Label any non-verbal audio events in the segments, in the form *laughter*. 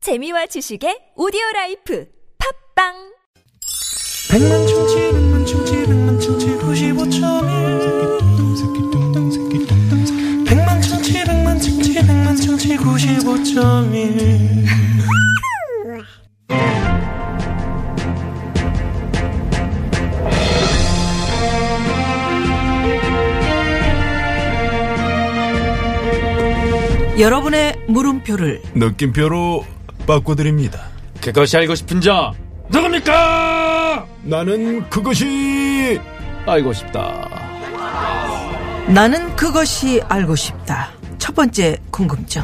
재미와 지식의 오디오 라이프 팝빵 백만 충치 백만 충치 백만 충치 구십오점일 백만 충치 백만 충치 백만 충치 구십오점일 여러분의 물음표를 느낌표로 바꿔드립니다. 그것이 알고 싶은 자 누굽니까? 나는 그것이 알고 싶다. 나는 그것이 알고 싶다. 첫 번째 궁금증.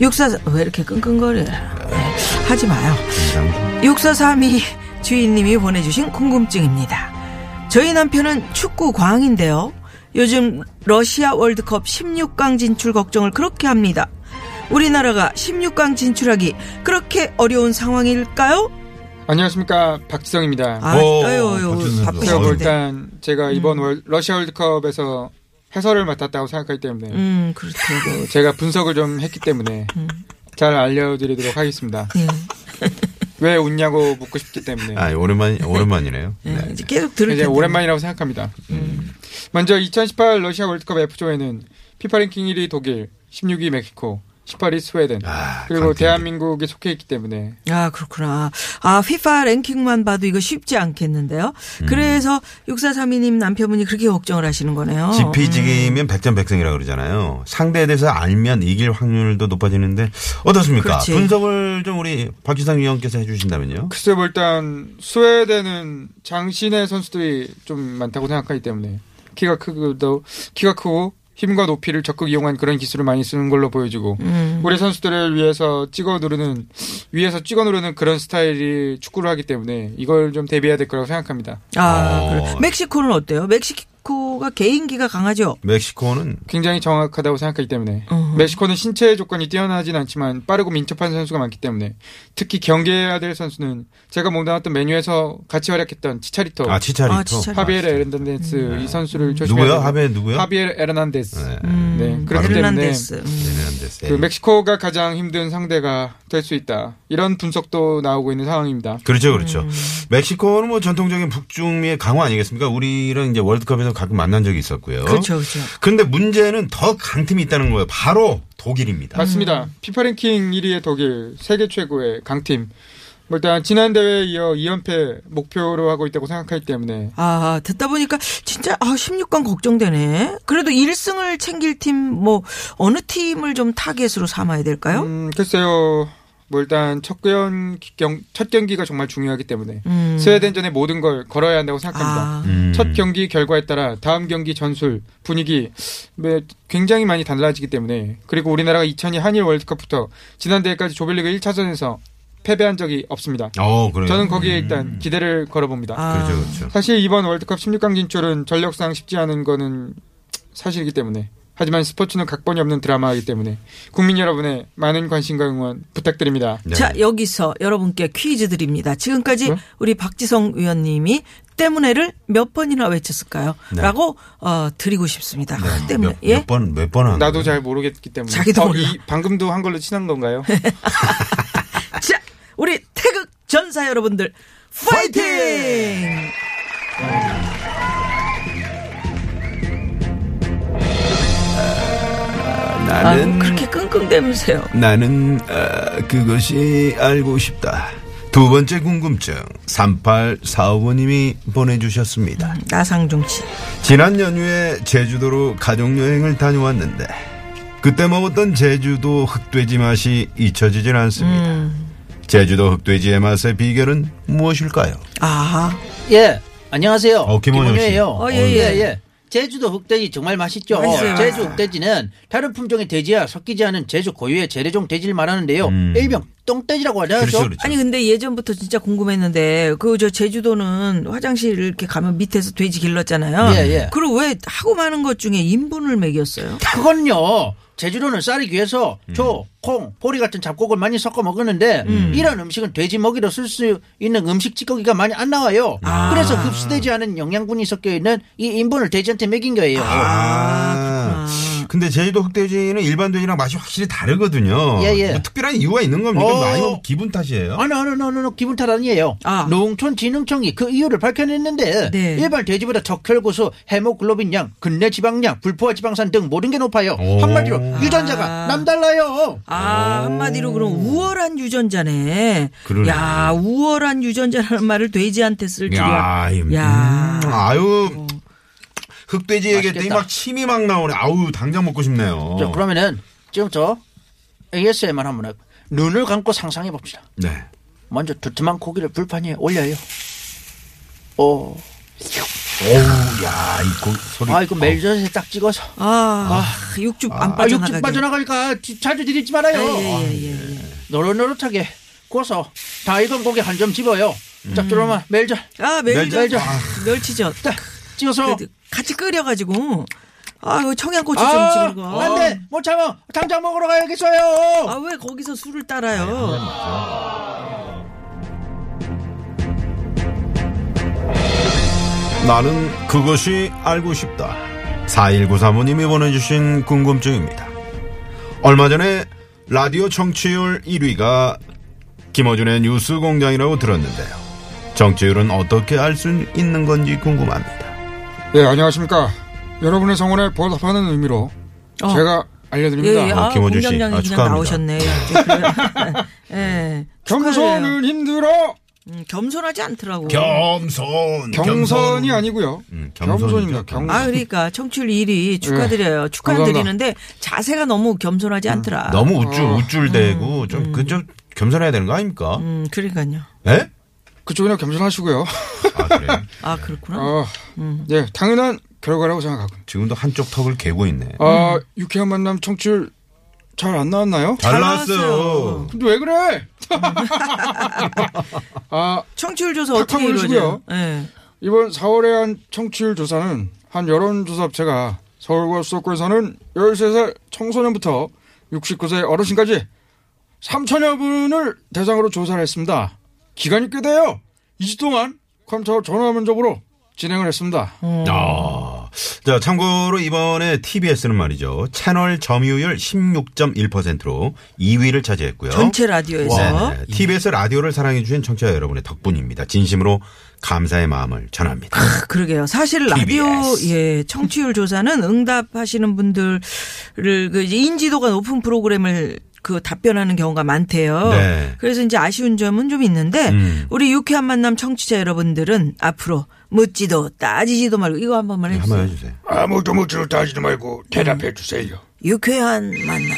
육사 왜 이렇게 끙끙거려? 네, 하지 마요. 육사삼이 주인님이 보내주신 궁금증입니다. 저희 남편은 축구 광인데요. 요즘 러시아 월드컵 16강 진출 걱정을 그렇게 합니다. 우리나라가 16강 진출하기 그렇게 어려운 상황일까요? 안녕하십니까 박지성입니다. 아, 오, 아유, 아유, 박준수 제가 볼 선수. 바쁘신데. 음. 땐 제가 이번 월, 러시아 월드컵에서 해설을 맡았다고 생각하기 때문에 음, 그렇죠. 어, 제가 분석을 좀 했기 때문에 잘 알려드리도록 하겠습니다. 예. *laughs* 왜 웃냐고 묻고 싶기 때문에 아 오랜만 오랜만이네요. *laughs* 예, 네. 이제 계속 들을 이제 텐데. 오랜만이라고 생각합니다. 음. 음. 먼저 2018 러시아 월드컵 F조에는 피파 랭킹 1위 독일, 16위 멕시코, 18위 스웨덴 아, 그리고 강팀들. 대한민국이 속해 있기 때문에 아, 그렇구나. 아, 피파 랭킹만 봐도 이거 쉽지 않겠는데요. 그래서 6432님 남편분이 그렇게 걱정을 하시는 거네요. 지피지기면 백전백승이라 고 그러잖아요. 상대에 대해서 알면 이길 확률도 높아지는데 어떻습니까? 그렇지. 분석을 좀 우리 박지상 위원께서 해주신다면요. 글쎄 뭐 일단 스웨덴은 장신의 선수들이 좀 많다고 생각하기 때문에 키가 크고도 키가 크고 힘과 높이를 적극 이용한 그런 기술을 많이 쓰는 걸로 보여지고 우리 선수들을 위해서 찍어 누르는 위에서 찍어 누르는 그런 스타일이 축구를 하기 때문에 이걸 좀 대비해야 될 거라고 생각합니다. 아, 어. 그래. 멕시코는 어때요? 멕시코가 개인기가 강하죠? 멕시코는 굉장히 정확하다고 생각하기 때문에 멕시코는 신체 조건이 뛰어나진 않지만 빠르고 민첩한 선수가 많기 때문에 특히 경계해야 될 선수는 제가 몸담았던 메뉴에서 같이 활약했던 치차리토 아 치차리토. 아, 치차리토. 하비엘 에르난데스 이 선수를 음. 조심해야 누구요? 돼요. 하베 누구요? 하비엘 에르난데스. 네. 네, 그렇기 때문에 에르난데스. 음. 네네란데스. 예. 그 멕시코가 가장 힘든 상대가 될 수 있다. 이런 분석도 나오고 있는 상황입니다. 그렇죠, 그렇죠. 음. 멕시코는 뭐 전통적인 북중미의 강호 아니겠습니까? 우리랑 이제 월드컵에서 가끔 만난 적이 있었고요. 그렇죠, 그렇죠. 근데 문제는 더 강팀이 있다는 거예요. 바로 독일입니다. 맞습니다. 피파랭킹 1위의 독일, 세계 최고의 강팀. 뭐 일단 지난 대회에 이어 2연패 목표로 하고 있다고 생각하기 때문에 아, 듣다 보니까 진짜, 아, 16강 걱정되네. 그래도 1승을 챙길 팀, 뭐, 어느 팀을 좀 타겟으로 삼아야 될까요? 음, 글쎄요. 뭐 일단 첫, 경, 경- 첫 경기가 정말 중요하기 때문에 스웨덴전에 모든 걸 걸어야 한다고 생각합니다. 아, 음. 첫 경기 결과에 따라 다음 경기 전술 분위기 뭐, 굉장히 많이 달라지기 때문에 그리고 우리나라가 2002 한일 월드컵부터 지난 대회까지 조별리그 1차전에서 패배한 적이 없습니다. 어, 그래요. 저는 거기에 일단 기대를 걸어봅니다. 아. 그렇죠, 그렇죠. 사실 이번 월드컵 16강 진출은 전력상 쉽지 않은 거는 사실이기 때문에 하지만 스포츠는 각본이 없는 드라마이기 때문에 국민 여러분의 많은 관심과 응원 부탁드립니다. 네. 자, 여기서 여러분께 퀴즈 드립니다. 지금까지 네? 우리 박지성 의원님이 때문에를 몇 번이나 외쳤을까요? 네. 라고 어, 드리고 싶습니다. 아, 때문에. 몇, 예? 몇 번, 몇 번 한. 나도 잘 모르겠기 때문에 자기도 어, 몰라. 이 방금도 한 걸로 *laughs* 친한 건가요? 자, 우리 태극 전사 여러분들 파이팅! 아, 그렇게 끙끙대면서요. 나는 어, 그것이 알고 싶다. 두 번째 궁금증 3845님이 보내주셨습니다. 나상중 씨. 지난 연휴에 제주도로 가족여행을 다녀왔는데 그때 먹었던 제주도 흑돼지 맛이 잊혀지질 않습니다. 음. 제주도 흑돼지의 맛의 비결은 무엇일까요? 아, 예, 안녕하세요. 어, 김원효 김원효예요. 어, 씨. 예, 예. 제주도 흑돼지 정말 맛있죠. 맛있어요. 제주 흑돼지는 다른 품종의 돼지와 섞이지 않은 제주 고유의 재래종 돼지를 말하는데요. 일명 똥돼지라고 하죠. 음. 그렇죠, 그렇죠. 아니 근데 예전부터 진짜 궁금했는데 그 저 제주도는 화장실 이렇게 가면 밑에서 돼지 길렀잖아요. 예, 예. 그리고 왜 하고 많은 것 중에 인분을 먹였어요? 그건요. 제주도는 쌀이 귀해서 음. 조, 콩, 보리 같은 잡곡을 많이 섞어 먹었는데 이런 음식은 돼지 먹이로 쓸 수 있는 음식 찌꺼기가 많이 안 나와요. 아. 그래서 아, 흡수되지 않은 영양분이 섞여 있는 이 인분을 돼지한테 먹인 거예요. 아, 근데 제주도 흑돼지는 일반 돼지랑 맛이 확실히 다르거든요. 예, 예. 뭐 특별한 이유가 있는 겁니까? 어. 많이 먹 기분 탓이에요. 아니, 아니, 아니, 아니, 기분 탓 아니에요. 아. 농촌진흥청이 그 이유를 밝혀냈는데 네. 일반 돼지보다 적혈고수, 헤모글로빈량, 근내 지방량, 불포화 지방산 등 모든 게 높아요. 오. 한마디로 유전자가 아. 남달라요. 아, 한마디로 그럼 우월한 유전자네. 그러네. 야, 우월한 유전자라는 말을 돼지한테 쓸 줄이야. 야, 음. 야. 아유. 흑돼지 얘기했더니 음. 맛있겠다. 막 침이 막 나오네. 아우, 당장 먹고 싶네요. 자, 그러면은 지금부터 ASMR 한번 해요. 눈을 감고 상상해 봅시다. 네. 먼저 두툼한 고기를 불판 위에 올려요. 오, 어우, 야, 이거 소리. 어. 아 이거 멜젓에 딱 찍어서. 아, 육즙 안 아, 빠져나가게. 예, 육즙 빠져나가니까 지- 자주 들이지 말아요. 노릇노릇하게 구워서 다 익은 고기 한 점 집어요. 음. 자, 그러면 멜젓 아, 멸젓. 멸젓. 멸치젓. 딱 찍어서. 그래도 같이 끓여가지고. 아, 이거 청양고추 좀 아, 찍은 거. 안돼, 못 참아. 당장 먹으러 가야겠어요. 아, 왜 거기서 술을 따라요? 뭐. 나는 그것이 알고 싶다. 4193 사모님이 보내주신 궁금증입니다. 얼마 전에 라디오 청취율 1위가 김어준의 뉴스 공장이라고 들었는데요. 정치율은 어떻게 알 수 있는 건지 궁금합니다. 예, 안녕하십니까. 여러분의 성원에 보답하는 의미로 어. 제가 예, 알려드립니다. 예. 아, 김호준 씨. 공장장이 아, 그냥 축하합니다. 나오셨네. 예, 그래요. *laughs* 예. 축하해요. 경선은 힘들어. 음, 겸손하지 않더라고. 겸손. 경선이 아니고요. 음, 겸손이죠. 겸손입니다. 겸손. 아, 그러니까 청취율 1위 축하드려요. 축하드리는데 자세가 너무 겸손하지 않더라. 아, 음, 너무 우쭐, 우쭐대고 좀, 그, 좀 겸손해야 되는 거 아닙니까? 음, 그러니까요. 예? 그쪽이나 겸손하시고요. 아, 그래요? 아, 그렇구나. 어, 예, 당연한 결과라고 생각하고. 지금도 한쪽 턱을 개고 있네. 어, 음. 아, 유쾌한 만남 청취율 잘 안 나왔나요? 잘 나왔어요. 나왔어요. 근데 왜 그래? 아, 청취율 조사 팍팍 어떻게 이루어져요? 올리시고요. 예. 이번 4월에 한 청취율 조사는 한 여론조사업체가 서울과 수도권에서는 13살 청소년부터 69세 어르신까지 3천여 분을 대상으로 조사를 했습니다. 기간이 꽤 돼요. 2주 동안 컴퓨터 전화 면접으로 진행을 했습니다. 어. 아. 자, 참고로 이번에 TBS는 말이죠. 채널 점유율 16.1%로 2위를 차지했고요. 전체 라디오에서. 네, 네. TBS 라디오를 사랑해주신 청취자 여러분의 덕분입니다. 진심으로 감사의 마음을 전합니다. 크, 그러게요. 사실 라디오 TBS. 예 청취율 조사는 응답하시는 분들을 그 이제 인지도가 높은 프로그램을 그 답변하는 경우가 많대요. 네. 그래서 이제 아쉬운 점은 좀 있는데 음. 우리 유쾌한 만남 청취자 여러분들은 앞으로 묻지도 따지지도 말고 이거 한 번만 해주세요. 네, 한번 해주세요. 아무도 묻지도 따지지 말고 대답해 주세요. 유쾌한 만남.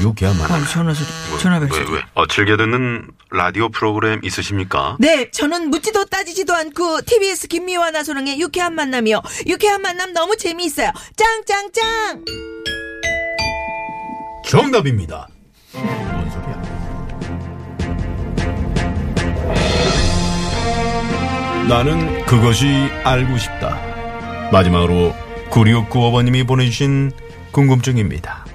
유쾌한 어, 만남. 전화 소리. 전화 벨 소리. 어, 즐겨 듣는 라디오 프로그램 있으십니까? 네, 저는 묻지도 따지지도 않고 TBS 김미화 나소롱의 유쾌한 만남이요. 유쾌한 만남 너무 재미있어요. 짱짱짱. 정답입니다. 뭔 소리야? 나는 그것이 알고 싶다. 마지막으로 9695번님이 보내주신 궁금증입니다.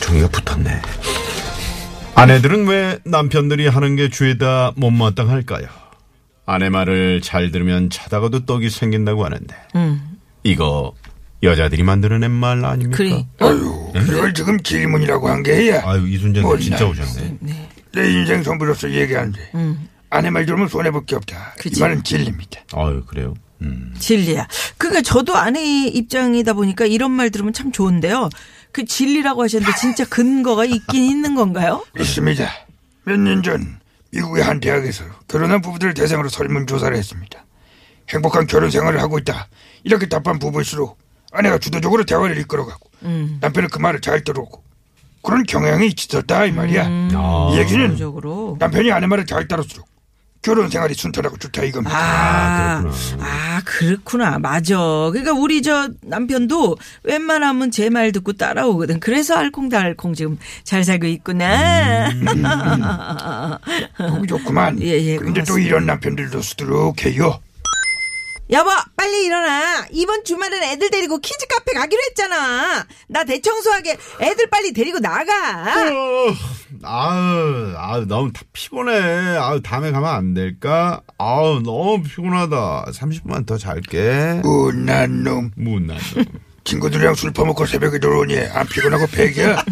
종이가 붙었네. 아내들은 왜 남편들이 하는 게 죄다 못마땅할까요? 아내 말을 잘 들으면 자다가도 떡이 생긴다고 하는데 이거 여자들이 만들어낸 말 아닙니까? 음. 그래. 어? 아유, 이걸 지금 질문이라고 한 게야. 아유 이순재 님 머리 진짜 나이. 오셨네. 내 인생 선물로서 얘기하는데 아내 말 들으면 손해 볼 게 없다. 그치. 이 말은 진리입니다. 아유 그래요. 음. 진리야. 그러니까 저도 아내 입장이다 보니까 이런 말 들으면 참 좋은데요. 그 진리라고 하셨는데 진짜 근거가 있긴 있는 건가요? 있습니다. 몇 년 전 미국의 한 대학에서 결혼한 부부들을 대상으로 설문 조사를 했습니다. 행복한 결혼 생활을 하고 있다. 이렇게 답한 부부일수록 아내가 주도적으로 대화를 이끌어가고 남편은 그 말을 잘 들어오고 그런 경향이 있었다 이 말이야. 음. 아. 이 얘기는 기본적으로. 남편이 아내 말을 잘 따를수록 결혼 생활이 순탄하고 좋다 이겁니다. 아, 아, 그렇구나. 맞아. 그러니까 우리 저 남편도 웬만하면 제 말 듣고 따라오거든. 그래서 알콩달콩 지금 잘 살고 있구나. 보기 좋구만. 예, 예, 그런데 또 고맙습니다. 이런 남편들도 수두룩해요. *laughs* 여보, 빨리 일어나. 이번 주말엔 애들 데리고 키즈 카페 가기로 했잖아. 나 대청소하게 애들 빨리 데리고 네. 나가. 아유 아유 너무 다 피곤해. 아유 다음에 가면 안 될까? 아유 너무 피곤하다. 30분만 더 잘게. 무난 놈. 못난. 친구들이랑 술 퍼먹고 새벽에 들어오니 안 피곤하고 백이야.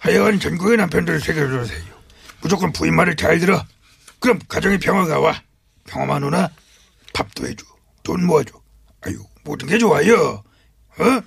하여간 전국의 남편들 새겨주세요. 무조건 부인 말을 잘 들어. 그럼 가정의 평화가 와. 평화만 오나 밥도 해줘. 돈 모아줘. 아유 모든 게 좋아요. 어?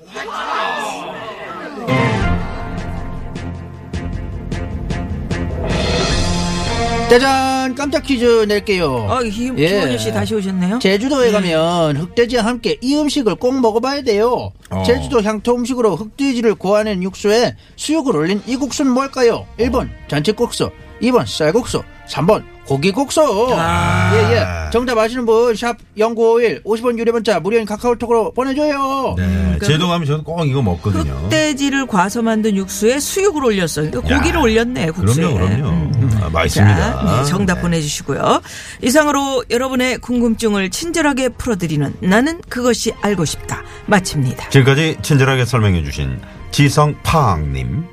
짜잔 깜짝 퀴즈 낼게요. 어, 김- 예. 예. 김원효 씨 다시 어? 오셨네요. 제주도에 음. 가면 흑돼지와 함께 이 음식을 꼭 먹어봐야 돼요. 어. 제주도 향토 음식으로 흑돼지를 고아낸 육수에 수육을 올린 이 국수는 뭘까요? 1번 잔치국수, 2번 쌀국수, 3번 고기국수. 아. 예예. 정답 아시는 분 샵 0951 50원 유료 문자 무료인 카카오톡으로 보내줘요. *laughs* 네, 그러니까 제도 가면 저도 꼭 이거 먹거든요. 흑돼지를 과서 만든 육수에 수육을 올렸어요. 그러니까 고기를 야, 올렸네, 국수에. 그럼요, 그럼요. 음. 아, 자, 맛있습니다. 네, 정답 보내주시고요. 이상으로 여러분의 궁금증을 친절하게 풀어드리는 나는 그것이 알고 싶다. 마칩니다. 지금까지 친절하게 설명해주신 지성파학님,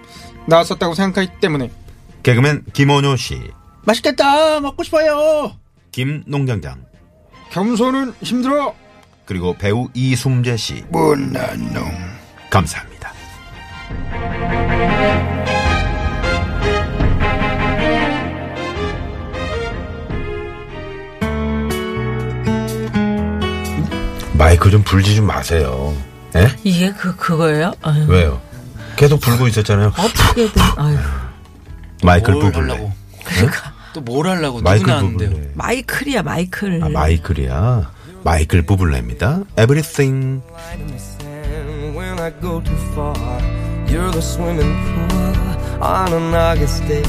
나왔었다고 생각하기 때문에 개그맨 김원효 씨, 맛있겠다 먹고 싶어요. 김농장장, 겸손은 힘들어. 그리고 배우 이숨재 씨. 못난 놈. 감사합니다. 마이크 좀 불지 좀 마세요. 예? 이게 그, 그거예요? 아유, 왜요? 계속 불고 있었잖아요. 어떻게든, 아유, 마이크를 뭘 불래. 하려고. 그러니까 또 뭘 하려고 누구 마이클 나왔는데요? 부블레. 마이클이야, 마이클. 아, 마이클이야. 마이클 부블레입니다. Everything. sand when I go too far. You're the swimming pool on an August day,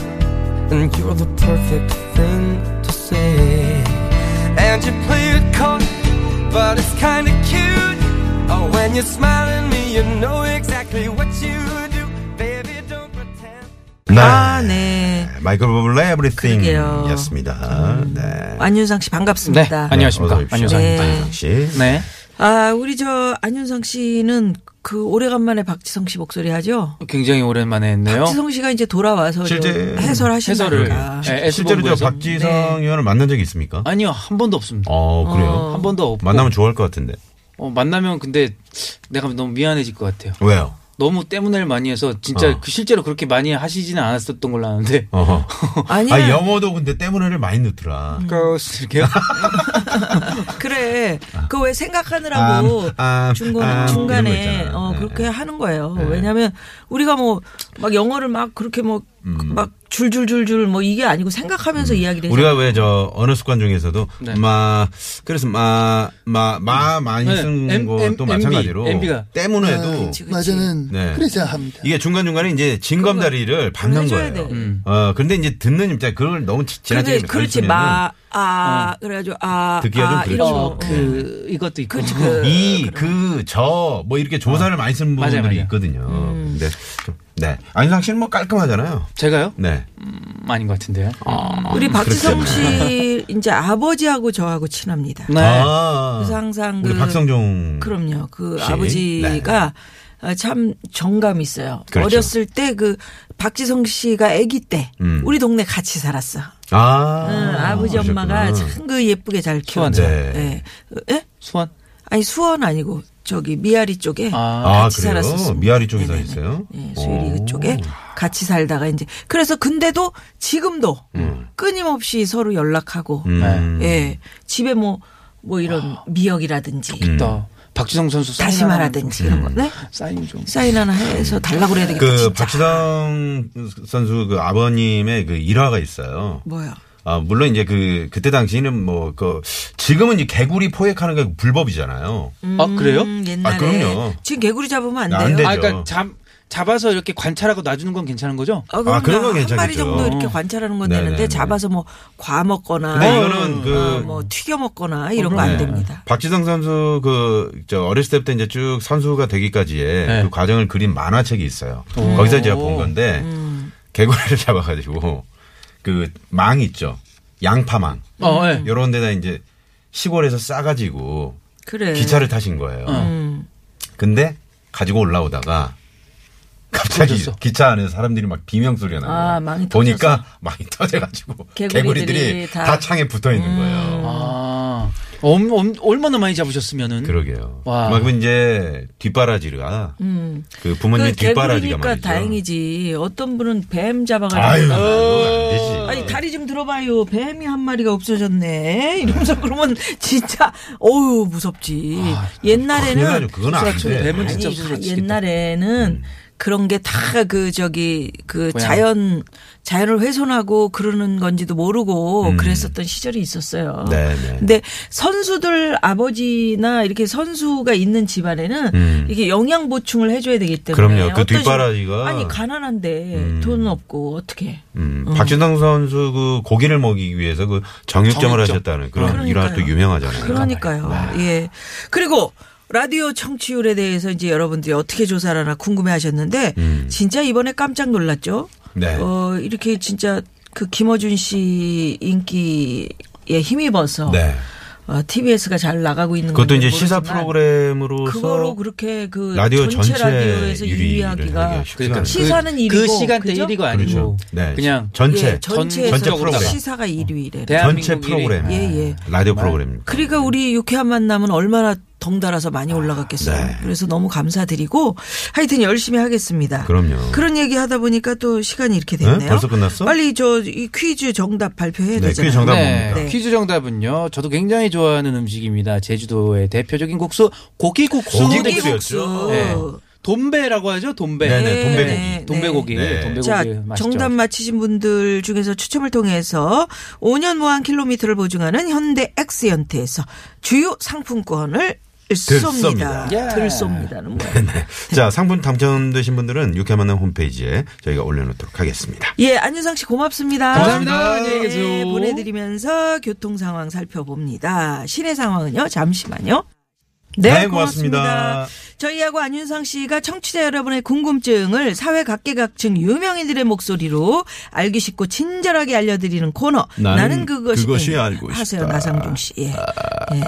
and you're the perfect thing to say. And you play it coy, but it's kinda cute. Oh, when you smile at me, you know exactly what you do. Baby, don't pretend. 네. 아, 네. 마이클 부블레 그러게요. Everything이었습니다. 네. 안윤상 씨 반갑습니다. 네, 안녕하십니까. 어서 오십시오. 안녕하세요. 네. 안녕상 씨. 네. 아, 우리 저 안윤상 씨는 그 오래간만에 박지성 씨 목소리 하죠? 굉장히 오랜만에 했네요. 박지성 씨가 이제 돌아와서 좀 실제 해설을 아, 해설하신다니까. 네, S 실제로 저 본부에서. 박지성 네. 의원을 만난 적이 있습니까? 아니요 한 번도 없습니다. 어, 그래요. 한 번도 없고 만나면 좋아할 것 같은데. 어, 만나면 근데 내가 너무 미안해질 것 같아요. 왜요? 너무 때문을 많이 해서 진짜 어. 그 실제로 그렇게 많이 하시지는 않았었던 걸로 아는데 어허. 아니야. 아, 영어도 근데 때문에를 많이 넣더라. 그 이렇게요? 그래. 그 왜 생각하느라고 아, 아, 중간 아, 이런 거 중간에 있잖아. 어 네. 그렇게 하는 거예요. 왜냐하면 우리가 뭐 막 영어를 막 그렇게 뭐 막 줄줄줄줄 뭐 이게 아니고 생각하면서 이야기를 해서 음. 우리가 왜 저 언어 습관 중에서도 마 그래서 마 마 마 많이 네, 쓰는 M- 것도 M- MB, 마찬가지로 MB가. 때문에도 그치, 그치. 맞아는 네. 그래서 합니다. 이게 중간 중간에 이제 진검다리를 밟는 해줘야 거예요. 돼. 어 근데 이제 듣는 입장 그걸 너무 지- 지나치게 근데 그렇지 가르치면은 마 어. 아 그래가지고 아아 듣기가 좀 이런 그렇죠. 거. 어. 그 이것도 있고 이, 그, 저, 뭐 이렇게 조사를 많이 쓰는 맞아요, 분들이 맞아요. 있거든요. 음. 근데 좀, 네. 안상 씨는 뭐 깔끔하잖아요. 제가요? 네. 음, 아닌 것 같은데요. 우리 박지성 씨 이제 아버지하고 저하고 친합니다. 네. 아. 그래서 항상 우리 그- 박성종. 그럼요. 그 씨. 아버지가 아, 참 정감 있어요. 네. 그렇죠. 어렸을 때 그 박지성 씨가 아기 때 음. 우리 동네 같이 살았어. 아. 응, 아버지 그러셨구나. 엄마가 참 그 예쁘게 잘 키웠죠. 수원이요? 네. 예. 예? 수원? 아니 수원 아니고 저기 미아리 쪽에 아, 아, 같이 그래요? 살았었어요. 미아리 쪽에 살았어요? 예, 수유리 오. 그쪽에 같이 살다가 이제 그래서 근데도 지금도 끊임없이 서로 연락하고 음. 아. 예. 집에 뭐 뭐 이런 미역이라든지 음. 또 박지성 선수 사인 다시마라든지 이런 거. 네? 하나 사인 좀. 사인 하나 해서 달라고 그래야 되겠다. 그 진짜. 박지성 선수 그 아버님의 그 일화가 있어요. 뭐야? 아, 물론 이제 그 그때 당시에는 뭐 그 지금은 이 개구리 포획하는 게 불법이잖아요. 아 그래요? 음, 옛날에 아, 그럼요. 지금 개구리 잡으면 안 돼요. 안 되죠. 아 그러니까 잡 잡아서 이렇게 관찰하고 놔주는 건 괜찮은 거죠? 아, 그럼요. 아, 그런 건 한 마리 괜찮겠죠. 정도 이렇게 관찰하는 건 네네네. 되는데 잡아서 뭐 과 먹거나 근데 이거는 그- 네. 어, 뭐 튀겨 먹거나 이런 거 안 됩니다. 박지성 선수 그 저 어렸을 때부터 이제 쭉 선수가 되기까지의 네. 그 과정을 그린 만화책이 있어요. 거기서 제가 본 건데 음. 개구리를 *laughs* 잡아가지고 그 망 있죠. 양파망 어, 예. 이런 데다 이제 시골에서 싸가지고 그래. 기차를 타신 거예요. 어. 음. 근데 가지고 올라오다가 갑자기 터졌어. 기차 안에서 사람들이 막 비명 소리가 나고 아, 망이 보니까 망이 터져가지고 개구리들이 개구리들이 다, 다 음. 창에 붙어 있는 거예요. 아, 엄, 엄, 얼마나 많이 잡으셨으면은. 그러게요. 와. 그만큼 이제 뒷바라지가 그 부모님 그 뒷바라지가 개구리니까 말이죠. 다행이지. 어떤 분은 뱀 아유, 잡아가지고. 그건 안 되지. 아니 다리 좀 들어봐요. 뱀이 한 마리가 없어졌네. 이러면서 그러면 진짜 어우 무섭지. 큰일 옛날에는 나죠. 아, 그건 안 수라치고 돼. 뱀은 아니, 음. 진짜 아니, 다 부스러지겠다. 옛날에는 그런 게 다 그 저기 그 고양이. 자연 자연을 훼손하고 그러는 건지도 모르고 그랬었던 시절이 있었어요. 음. 네, 네. 근데 선수들 아버지나 이렇게 선수가 있는 집안에는 음. 이게 영양 보충을 해줘야 되기 때문에 그럼요. 그 어떤 식으로- 뒷바라지가- 아니 가난한데 음. 돈 없고 어떻게 음, 박진상 선수 그 고기를 먹이기 위해서 그 정육점을 정육점. 하셨다는 그런 그러니까요. 일화 또 유명하잖아요. 그러니까요. 예. 그리고 라디오 청취율에 대해서 이제 여러분들이 어떻게 조사를 하나 궁금해 하셨는데 음. 진짜 이번에 깜짝 놀랐죠. 네. 어, 이렇게 진짜 그 김어준 씨 인기에 힘입어서 네. 어, TBS가 잘 나가고 있는 그것도 건지 이제 시사 모르지만 프로그램으로서 그거로 그렇게 그 라디오 전체, 전체 라디오에서 유리를 유리하기가 하기가 쉽지가 그러니까 않아요. 시사는 그, 1위고 그 시간대 그죠? 1위가 아니고. 네. 그냥 전체 예, 전체에서 전체 프로그램. 시사가 1위래. 어. 대한- 전체 대한민국 프로그램. 일위. 예, 예. 라디오 프로그램. 그러니까 우리 유쾌한 만남은 얼마나 덩달아서 많이 올라갔겠어요. 네. 그래서 너무 감사드리고 하여튼 열심히 하겠습니다. 그럼요. 런 얘기 하다 보니까 또 시간이 이렇게 됐네요. 네? 벌써 끝났어? 빨리 저 이 퀴즈 정답 발표해야 네, 퀴즈 되잖아요. 정답 네. 뭡니까? 네. 퀴즈 정답은요. 저도 굉장히 좋아하는 음식입니다. 제주도의 대표적인 국수 고기국수. 고기국수. 네. 돈배라고 하죠. 돈배. 네네, 돈배고기. 네. 돈배고기. 네. 돈배고기 자, 맛있죠. 정답 맞히신 분들 중에서 추첨을 통해서 5년 무한 킬로미터를 보증하는 현대 엑스연태에서 주요 상품권을 쏩니다. 들쏩니다. 네, 예. 들쏩니다는 뭐야? 자, 상품 당첨되신 분들은 유쾌한 만남 홈페이지에 저희가 올려놓도록 하겠습니다. 예, 안윤상 씨 고맙습니다. 감사합니다. 안녕히 계세요. 네, 보내드리면서 교통 상황 살펴봅니다. 시내 상황은요, 잠시만요. 네, 고맙습니다. 저희하고 안윤상 씨가 청취자 여러분의 궁금증을 사회 각계각층 유명인들의 목소리로 알기 쉽고 친절하게 알려드리는 코너. 나는 나는, 그것이, 그것이 알고 하세요, 싶다. 나상중 씨. 예. 예.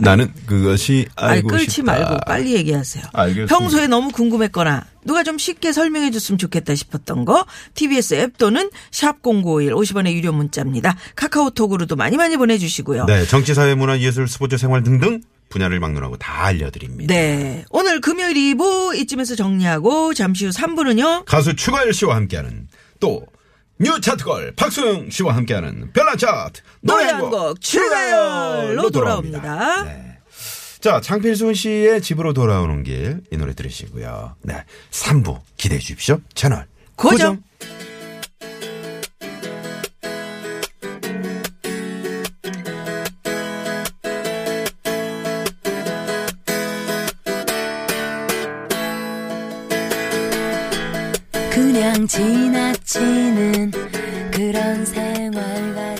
나는 그것이 아니, 알고 끌지 싶다. 말고 빨리 얘기하세요. 알겠습니다. 평소에 너무 궁금했거나 누가 좀 쉽게 설명해 줬으면 좋겠다 싶었던 거 TBS 앱 또는 샵0951 50원의 유료 문자입니다. 카카오톡으로도 많이 많이 보내주시고요. 네, 정치, 사회, 문화, 예술, 스포츠, 생활 등등 분야를 막론하고 다 알려드립니다. 네. 오늘 금요일 2부 이쯤에서 정리하고 잠시 후 3부는요. 가수 추가열 씨와 함께하는 또 뉴차트걸 박소영 씨와 함께하는 별난 차트 노래 한 곡 추가열로 돌아옵니다. 네. 자, 장필순 씨의 집으로 돌아오는 길 이 노래 들으시고요. 네, 3부 기대해 주십시오. 채널 고정. 그냥 지나치는 그런 생활 같아.